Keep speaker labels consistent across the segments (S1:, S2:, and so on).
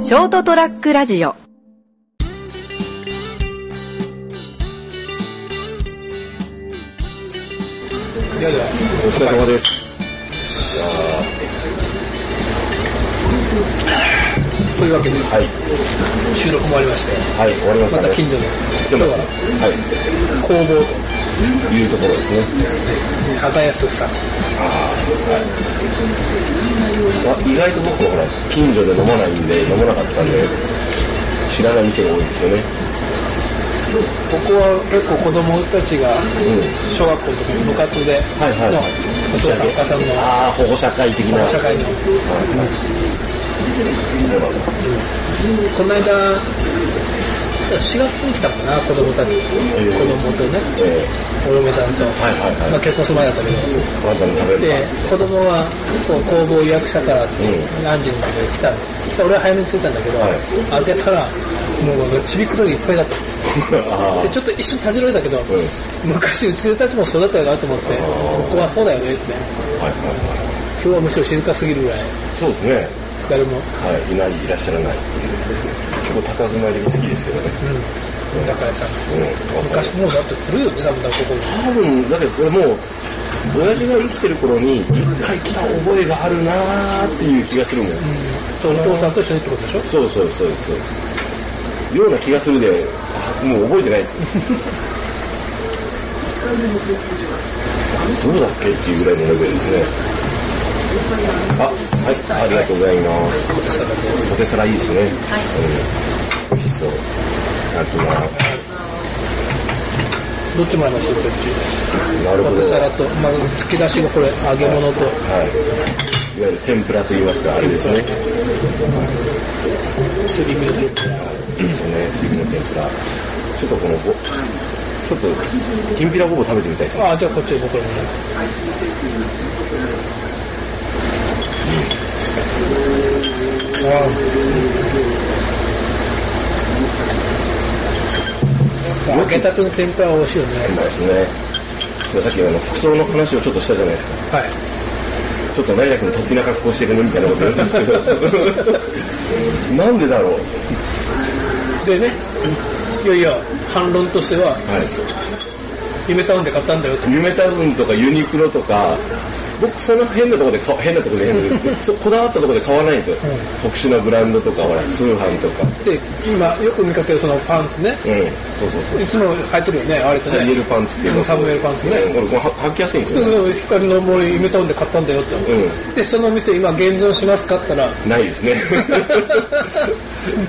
S1: ショートトラックラジオ
S2: お疲れ様です。
S3: というわけで
S2: はい。
S3: 収録も終わりまして
S2: はい、終わりまし
S3: ま
S2: たね。
S3: た近所で
S2: 来て
S3: 今日
S2: ます
S3: は
S2: は
S3: 工房
S2: い。いうところですね。
S3: と高安さん
S2: まあ、意外と僕はほら、近所で飲まないんで、飲まなかったんで、知らない店が多いんですよね。
S3: ここは結構子供たちが
S2: うん。
S3: 小学校の時に部活で
S2: はいはい
S3: のお父さんお母さんの
S2: ああ、保護者会的な。
S3: 社会の
S2: そうなんだ
S3: この間4月に来たかな子供たち、
S2: え
S3: 子供とね
S2: え
S3: お嫁さんと、
S2: はいはいはい
S3: まあ、結婚する前だったけど
S2: ー、あなたに食べる
S3: で子供はそう工房予約したからって、
S2: う
S3: 何時に来たので俺は早めに着いたんだけど、
S2: は
S3: 開
S2: い
S3: けたらもうちびっ子とかいっぱいだった
S2: か。 あ
S3: でちょっと一瞬立ち寄いだけど、
S2: う
S3: 昔うちでたちもそうだったよなと思ってここはそうだよねって
S2: あ、はいはいはい。
S3: 今日はむしろ静かすぎるぐらい
S2: そうですね。
S3: 誰も
S2: はい、いない、いらっしゃらない。結構、佇まいで好きですけどね。
S3: 居酒屋さん
S2: うん。
S3: 昔もうだって来るよね多分だからここに
S2: 多分だけどこれもう親父が生きてる頃に一回来た覚えがあるなーっていう気がするもん、
S3: そうお父さんと一緒にってことでしょ
S2: そうそうそうですそうですような気がするであもう覚えてないですよ どうだっけっていうぐらいのレベルですねあはいありがとうございますポテサラいいですねはい、うん、美味しそういただきます
S3: どっちもらいますどっち
S2: なる
S3: ポ
S2: ほど
S3: テサラと、まあ、突き出しがこれ揚げ物と
S2: はい。いわゆる天ぷらと言いますか、あれですね。
S3: すり身の天ぷら
S2: いいですよね、水分の天ぷら。ちょっとこのご、ちょっと、きんぴらごぼう食べてみたいですね。
S3: ああじゃあこっち僕らもねああ揚げたての天ぷらは美味しいよね
S2: うまいですね。じゃあさっきあの服装の話をちょっとしたじゃないですか。
S3: はい
S2: ちょっと成田君、突飛な格好してるねみたいなこと言ってたんですけど。 なんでだろう。
S3: でねいやいや反論としては
S2: はい。
S3: 夢タウンで買ったんだよと
S2: ユメタウンとかユニクロとか、僕その変なところで買わ、変なところで変なとこでそうこだわったところで買わないんですよ。特殊なブランドとか、ほら、通販とか。
S3: で今よく見かけるそのパンツね
S2: うん。そうそうそう。
S3: いつも履いてるよねあれって
S2: サムエ
S3: ね
S2: ルパンツっていうの
S3: サムエルパンツね
S2: うんこれこれは履きやすいんです
S3: で
S2: よね
S3: で光の森夢タウンで買ったんだよと、
S2: う
S3: でその店今現存しますかって言ったら
S2: ないですね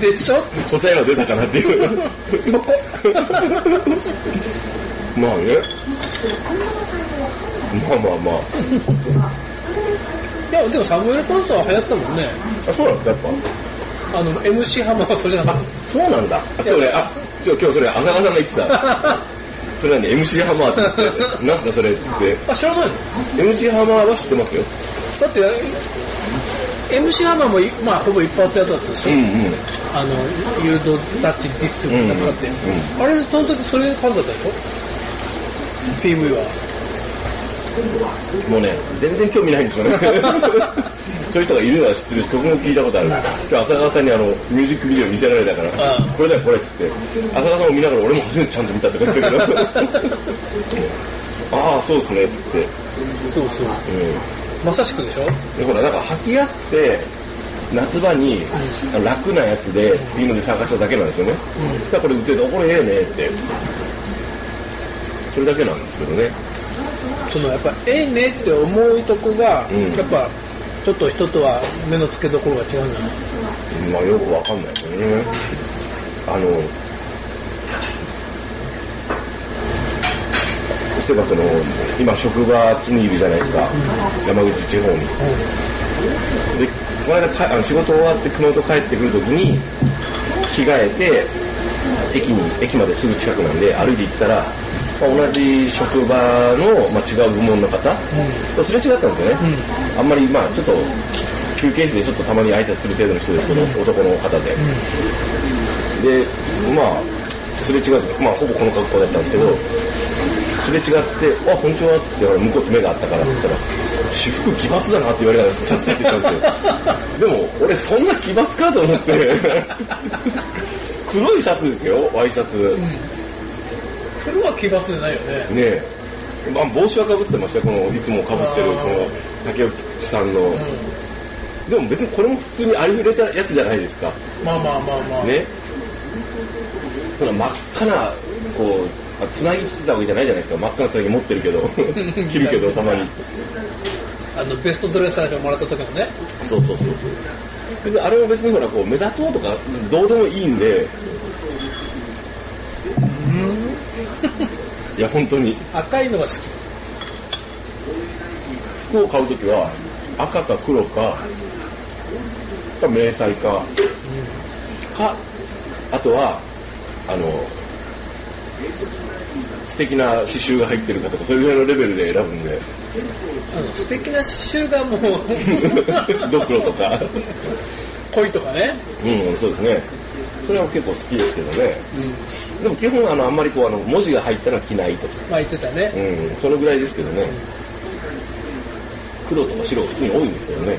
S3: でしょ
S2: 答えは出たかなっていう
S3: そこ
S2: まあねまあまあまあ
S3: いやでもサムエル・パンツは流行ったもんね
S2: あそうなんですかやっぱ
S3: あの MC ハマーはそれじゃなかっ
S2: そうなんだあ今日
S3: い
S2: 俺
S3: や
S2: あ今日今日それ浅川さんが言っ てたそれはね MC ハマーって言ってた何すかそれって
S3: たあ知らないの
S2: MC ハマーは知ってますよ
S3: だってえ MC ハマーもい、まあ、ほぼ一発屋だったでしょ、
S2: うんうん
S3: あの誘導ダッチディストリクトとかって、あれその時それパンツだったでしょ PV は
S2: もうね全然興味ないんです よねそういう人がいるのは知ってるし曲も聞いたことある今日浅川さんにあのミュージックビデオ見せられたから
S3: ああ
S2: これだよこれっつって浅川さんを見ながら俺も初めてちゃんと見たって感じだけど ああそうですねっつって、
S3: そうそうまさしくでしょ
S2: うん、でほらなんか履きやすくて夏場に楽なやつでいいので探しただけなんですよね、だからこれ売っててあこれええねってそれだけなんですけどね
S3: そのやっぱええねって思うとこが、
S2: ん
S3: やっぱちょっと人とは目の付けどころが違うんだな
S2: まあよくわかんないけどね。あの、そういえばその、今職場あっちにいるじゃないですか。山口地方に。で、この間かあの仕事終わって熊本帰ってくるときに、着替えて、駅に、駅まですぐ近くなんで歩いて行ってたら、まあ、同じ職場の、まあ、違う部門の方、すれ違ったんですよね。あんまり、まあちょっと、休憩室でちょっとたまに挨拶する程度の人ですけど、男の方で。で、まあ、すれ違う、まあ、ほぼこの格好だったんですけど、すれ違って、あ、こんにちはって言って、ほら向こうと目があったからって言ったら、私服奇抜だなって言われたらさっさって言ったんですよでも俺そんな奇抜かと思って黒いシャツですよワイシャツ、ね
S3: 黒は奇抜じゃないよね。
S2: え、まあ、帽子はかぶってましたよこのいつもかぶってる
S3: あー
S2: この竹内さんの、でも別にこれも普通にありふれたやつじゃないですか
S3: まあまあまあまあ。
S2: ねそんな真っ赤なこうあつなぎ着てたわけじゃないじゃないですか真っ赤なつなぎ持ってる けど着るけどたまに
S3: あの、ベストドレス最初もらった時のね。
S2: そうそうそうそう別にあれも別にほらこう目立とうとかどうでもいいんでいや本当に
S3: 赤いのが好き。
S2: 服を買うときは赤か黒かか迷彩かかあとはあの素敵な刺繍が入ってるかとかそれぐらいのレベルで選ぶんで
S3: あの、素敵な刺繍がもう、
S2: ドクロとか
S3: 恋とかね。
S2: うんそうですねそれは結構好きですけどねでも基本あのあんまりこうあの文字が入ったのは着ないとか
S3: まあ言ってたね。
S2: うんそのぐらいですけどね黒とか白が普通に多いんですけどね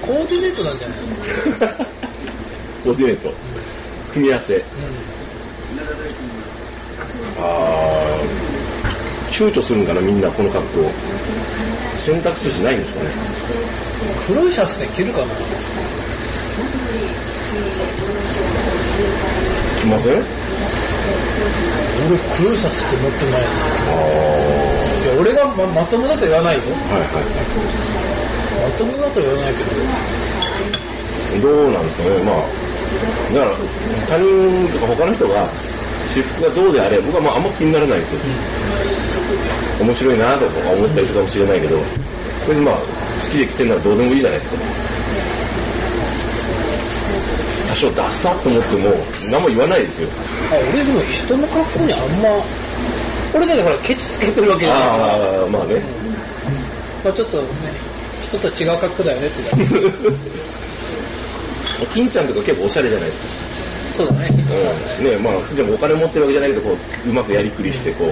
S3: コーディネートなんじゃないの
S2: コーディネート組み合わせ、あー躊躇するんかなみんなこの格好選択肢ないんですかね
S3: 黒いシャツで着るかな
S2: 着ません
S3: 俺黒いシャツって持ってないのいや俺がままともだと言わないよ
S2: はいは
S3: まともだと言わないけど
S2: いどうなんですかねまあだから他人とか他の人が私服がどうであれ僕はまああんま気にならないんですよ、面白いなとか思ったりするかもしれないけど別にまあ好きで着てるならどうでもいいじゃないですか多少ダッサと思っても何も言わないですよ
S3: あ俺でも人の格好にあんま俺だってほらケチつけてるわけじゃないから
S2: ああまあね
S3: まあちょっとね人と違う格好だよねって言うか
S2: 金ちゃんとか結構おしゃれじゃないです
S3: らそうだねきっと
S2: か、
S3: そうだね
S2: ねまあでもお金持ってるわけじゃないけどこううまくやりくりしてこう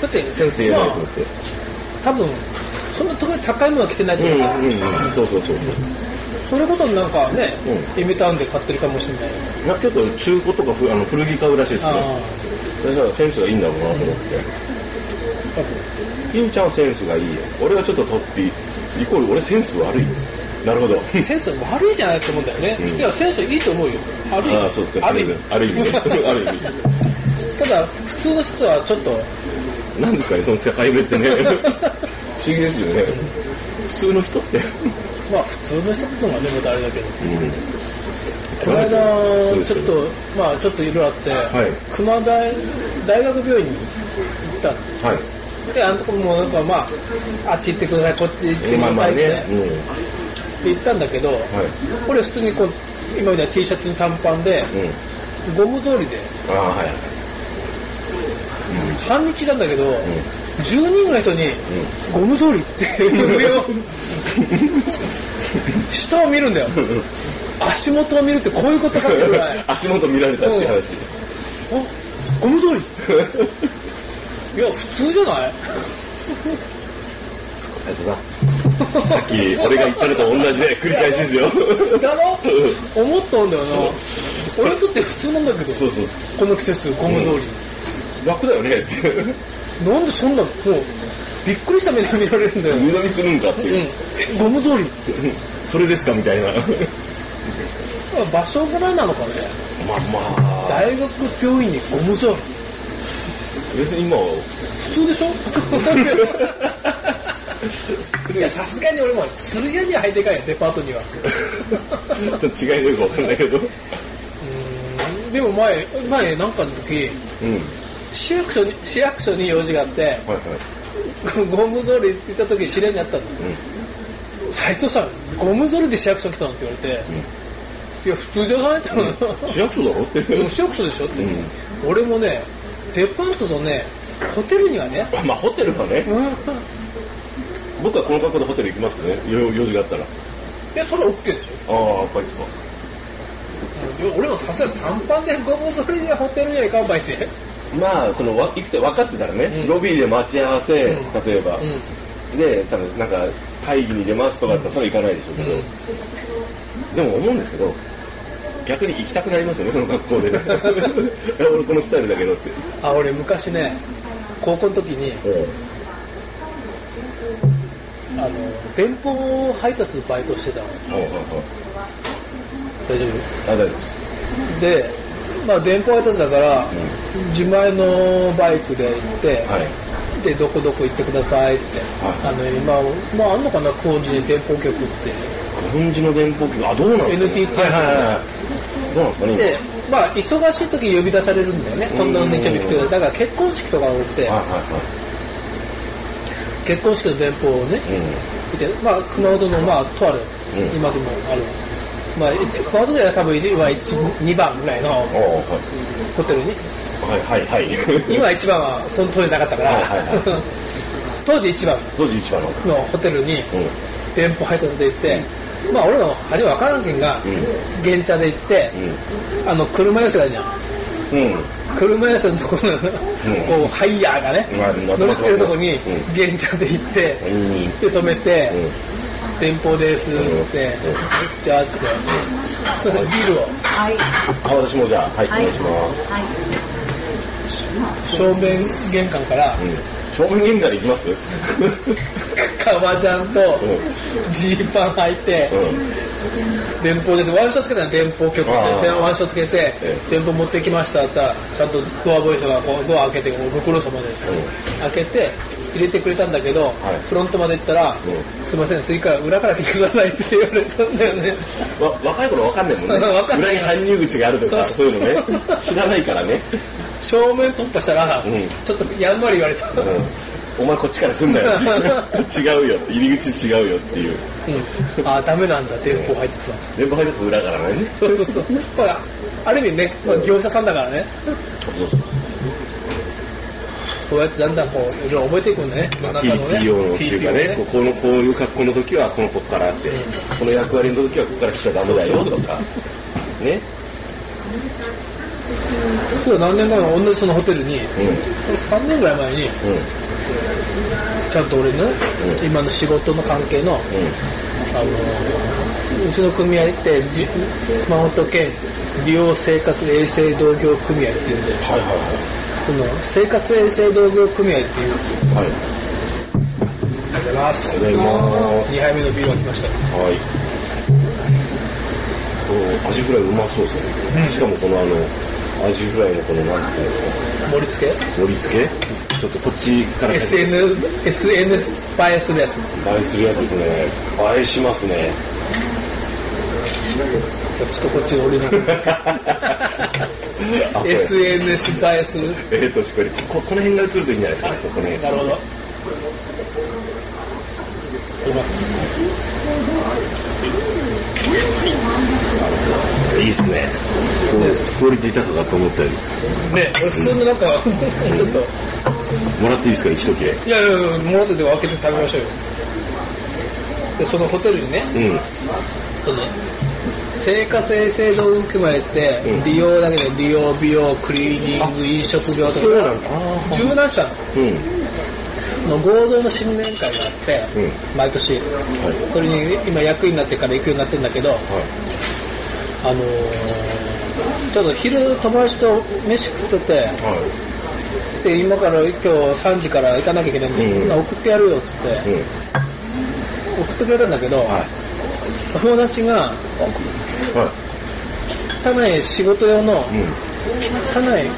S3: だって
S2: センス
S3: ま
S2: 偉いと
S3: あ
S2: 思って、
S3: 多分そんな特に高いものは着てないと
S2: うん
S3: 思うから、
S2: うんうんそうそうそう
S3: それこそなんかね、
S2: う
S3: イミタウンで買ってるかもしれない
S2: なんか結構中古とかふあの古着買うらしいです
S3: あ
S2: ね
S3: あ
S2: 私はセンスがいいんだろうなと思って、
S3: 多分
S2: 金ちゃんはセンスがいいよ俺はちょっと突飛イコール俺センス悪いなる ほど
S3: センス悪いじゃないと思うんだよね、いやセンスいいと思うよ悪い
S2: ああそうですか
S3: ある意味
S2: ある意味 ねある意味
S3: ただ普通の人とはちょっと
S2: なんですかねその境目ってね 不思議ですよね普通の人って
S3: まあ普通の人ってのがねまたあれだけどこの
S2: そう
S3: 間
S2: で
S3: ち
S2: す
S3: ょ
S2: よ
S3: っ
S2: ね
S3: とまあちょっといろいろあって、
S2: い
S3: 熊大大学病院に行ったの
S2: はい
S3: であのとこもなんかまああっち行ってくださいこっち行ってく
S2: まあ
S3: だ
S2: ま
S3: さ
S2: あ
S3: いって、
S2: ね、うん、
S3: で行ったんだけど、
S2: はい、
S3: これ普通にこう今みたいな T シャツに短パンで、
S2: うん、
S3: ゴム草履で
S2: ああはい、
S3: 半日なんだけど、10人ぐらいの人に、ゴム草履って俺 を下を見るんだよ足元を見るってこういうことかってぐらい あ
S2: 足元見られたっていう話、
S3: ゴム草履 いや普通じゃない
S2: 斉藤さんさっき俺が言ったのと同じで繰り返しですよ
S3: だろ思ったんだよな俺にとって普通なんだけど
S2: そうそう
S3: この季節ゴム草履、
S2: 楽だよねって
S3: なんでそんなのもうびっくりした目で見られるんだよ、うん
S2: 無駄にするんかっていう、
S3: えゴム草履って
S2: それですかみたいな
S3: 場所ぐらいなのかね
S2: まあまあ
S3: 大学病院にゴム草履
S2: 別に今は
S3: 普通でしょ いやさすがに俺も鶴屋には入っていかんよデパートには
S2: ちょっと違いがよくわかんないけどうん
S3: でも前前なんかの時市役所に市役所に用事があって
S2: はいはい
S3: ゴム草履って言った時知り合いになったの斎、斉藤さんゴム草履で市役所来たのって言われて、いや普通じゃないって思う
S2: 市役所だろって
S3: の市役所でしょって、俺もねデパートとねホテルにはね、
S2: まあホテルはね僕はこの格好でホテル行きますけどねよ用事があったらあ
S3: いやそれは OK でしょ
S2: あやっぱりですか
S3: 俺もさすがに短パンでゴムそれでホテルには行かんばいて
S2: まあそのわ行くって分かってたらね、ロビーで待ち合わせ、例えば、
S3: ん
S2: でそのなんか会議に出ますとかだったらそれは行かないでしょうけど、でも思うんですけど逆に行きたくなりますよねその格好で ねいや俺このスタイルだけどって
S3: あ俺昔ね高校の時にあの電報配達のバイトしてたの
S2: はいはいはい
S3: 大丈夫
S2: あ大丈夫です
S3: で、まあ、電報配達だから、自前のバイクで行って、
S2: はい
S3: でどこどこ行ってくださいって、
S2: は
S3: あの今、まあ、あんのかな久遠寺に電報局って
S2: 軍事の電報機あどうなんですか、ね、
S3: NTT
S2: はいはいはいはいどうなんですかね
S3: で、まあ、忙しい時に呼び出されるんだよねそんな日曜日来てだから結婚式とかが多くて
S2: 今はいはい
S3: 結婚式の電報をね
S2: はい
S3: 見て、まあ、熊本の、まあ、とある、
S2: うん
S3: 今でもある、まあ、い熊本では多分今2番ぐらいの
S2: うんおー
S3: ホテルに
S2: はいはいはいはい
S3: 今1番はその当時なかったから、
S2: はいはい
S3: 当時1番
S2: 当時一番のうん
S3: のホテルに店舗配達で行って、まあ俺らの初め分からんけんが、
S2: ん
S3: 現茶で行って、あの車寄せがいるじゃん
S2: うんうん
S3: 車寄せのところの、こうハイヤーがね、
S2: うん
S3: 乗りつけるとこに
S2: うん
S3: 現茶で行って、
S2: うん
S3: で止めて、
S2: うん
S3: 電報ですっつって、
S2: うん
S3: じゃあっつって、そうそうビールを
S1: はい。
S2: あ私もじゃあはい、お願いします、
S1: はい。
S3: 正面玄関から、
S2: うん、正面玄関で行きます
S3: 革ジャンとジーパン履いて、
S2: う
S3: 電報ですワンショットつけたら電報局って
S2: ああ
S3: でワンショットつけて
S2: え
S3: 電報持ってきましたって言ったらちゃんとドアボイスがこうドア開けてご苦労様です、開けて入れてくれたんだけど、
S2: い
S3: フロントまで行ったら、
S2: ん
S3: すいません次から裏から来てくださいって言われたんだよね
S2: んわ若い 頃わかんないもんね
S3: わかんない
S2: 裏に搬入口があるとか
S3: そ
S2: そうういうのね知らないからね、
S3: 正面突破したら、
S2: ん
S3: ちょっとやんわり言われた、うん
S2: うん、お前こっちから来ん なよって違うよって入り口違うよっていう
S3: ああダメなんだ電報入ってさ
S2: 電波配達裏からね
S3: そうそうそうほらある意味ね、まあ、業者さんだからね
S2: そうそう
S3: そうやってだんだんこういろいろ覚えていくんだね
S2: まあ、
S3: 世の中のね
S2: TPO のっていうかね
S3: TPO
S2: ここのこういう格好の時はこのこっからあって、この役割の時はここから来ちゃダメだよとかね
S3: そう何年か前同じそのホテルに、3年ぐらい前に
S2: うんうん
S3: ちゃんと俺のね、今の仕事の関係の、あのうちの組合ってり熊本県利用生活衛生同業組合っていうんで
S2: はいは
S3: その生活衛生同業組合っていう
S2: いはいはい
S3: ありがとうございます
S2: ありがとうございます
S3: 2杯目のビールが来ました
S2: はいこうアジフライうまそうですね、しかもこのあのアジフライのこのなんていうんですか
S3: 盛り付け
S2: 盛り付けちょっとこっちから
S3: SN SNS 映えするやつ
S2: 映えするやつですね映えしますね
S3: じゃあちょっとこっち俺の SNS 映えする
S2: えー、確かにここの辺が映るといいんじゃないですかねここね
S3: なるほど。います。
S2: いいですねこうクオリティ高かったと思ったより
S3: ね、俺普通のなんか、ちょっと、
S2: もらっていいですか一切れ
S3: いやいやいや、もらってて開けて食べましょうよ。で、そのホテルにね、
S2: うん
S3: その、生活衛生道具組合って、利用だけで利用、美容、クリーニング、飲食業と
S2: そうな
S3: か
S2: ん、だあ
S3: 柔軟者
S2: ーうん
S3: の合同の新年会があって、
S2: う
S3: 毎年、
S2: は
S3: それに今役員になってから行くようになってるんだけど、
S2: いはい
S3: あのーちょっと昼友達と飯食ってて、
S2: は
S3: で今から今日3時から行かなきゃいけないんで、
S2: うん
S3: まあ送ってやるよっつって、
S2: いうん
S3: 送ってくれたんだけど、
S2: はい
S3: 友達が
S2: は
S3: 汚い仕事用の、
S2: いうん
S3: 汚い、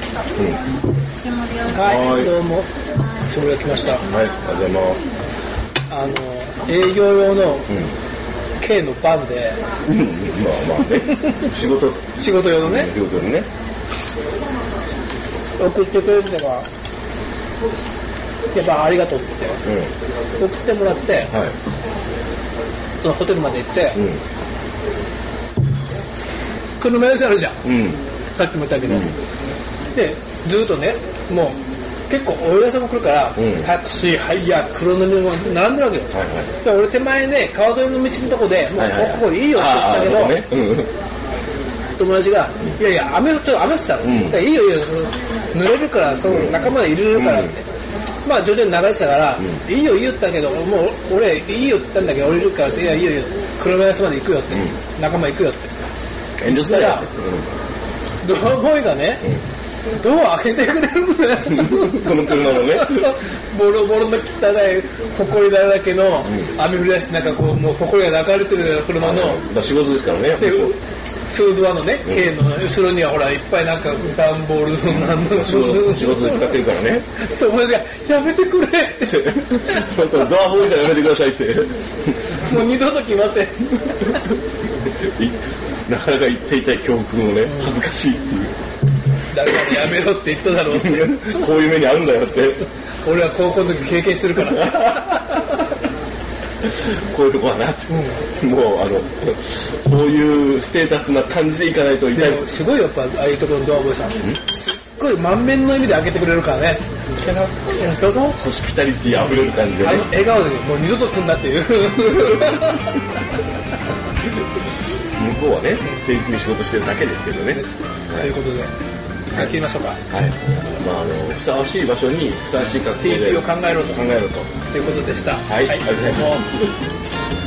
S3: は
S2: はいい
S3: どうも下村来ました
S2: はいありがとうございます
S3: あの営業用の K のバンで
S2: うんまあまあ ね仕事
S3: 仕事用のね、
S2: 仕事にね
S3: 送ってくれるのがやっぱありがとうって言っ
S2: うん
S3: て送ってもらって
S2: はい
S3: そのホテルまで行って、
S2: うん
S3: 車寄せあるじゃん
S2: うん
S3: さっきも言ったけど、でずっとねもう結構お屋さんも来るから、
S2: うん
S3: タクシーハイヤー黒塗りも並んでるわけよ、
S2: はいは
S3: で俺手前ね川沿いの道のとこでもう、
S2: はいはいはい
S3: ここいいよって言ったけど、
S2: あーあーね
S3: 友達が「いやいや雨ちょっと雨降ってたの、
S2: ん
S3: だからいいよいいよ濡れるからその仲間で入れるから」って、まあ徐々に流れてたから、いいよいいよって言ったけどもう俺いいよって言ったんだけど降りるからっていやいいよいいよ黒林まで行くよって、
S2: う
S3: 仲間行くよって
S2: 遠慮すなよって
S3: ドアボーイがね、ドア開けてくれるんだよ
S2: うんその車のね
S3: ボロボロの汚い埃だらけの雨降り出してなんかこうもう埃が流れてるような車の
S2: まあ仕事ですからね
S3: でツードアのね軽の後ろにはほらいっぱいなんか段ボールのなんの
S2: 仕事仕事で 使ってるからね
S3: 友達が「やめてくれ」って
S2: そうそうドアボーイじゃやめてくださいって
S3: もう二度と来ません
S2: いなかなか言っていたい教訓をね恥ずかしいっていう
S3: 誰かにやめろって言っただろうって
S2: こういう目にあるんだよって
S3: 俺は高校の時経験してるから
S2: こういうとこはなってもうあのそういうステータスな感じでいかないと痛
S3: で
S2: い
S3: もすごいやっぱああいうところのドアボーイさんすっごい満面の意味で開けてくれるからねどうぞ
S2: ホスピタリティあふれる感じで
S3: あ
S2: ね
S3: の笑顔でもう二度と来んなっていう
S2: 向こうはね誠実に仕事してるだけですけどね
S3: ということで一回切りましょうか
S2: はいまああのふさわしい場所にふさわしい格好で
S3: TP を考えろと
S2: 考えろと
S3: ということでした
S2: はい、ありがとうございます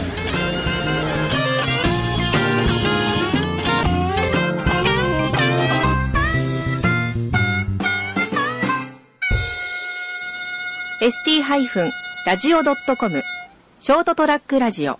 S1: ST-radio.com ショートトラックラジオ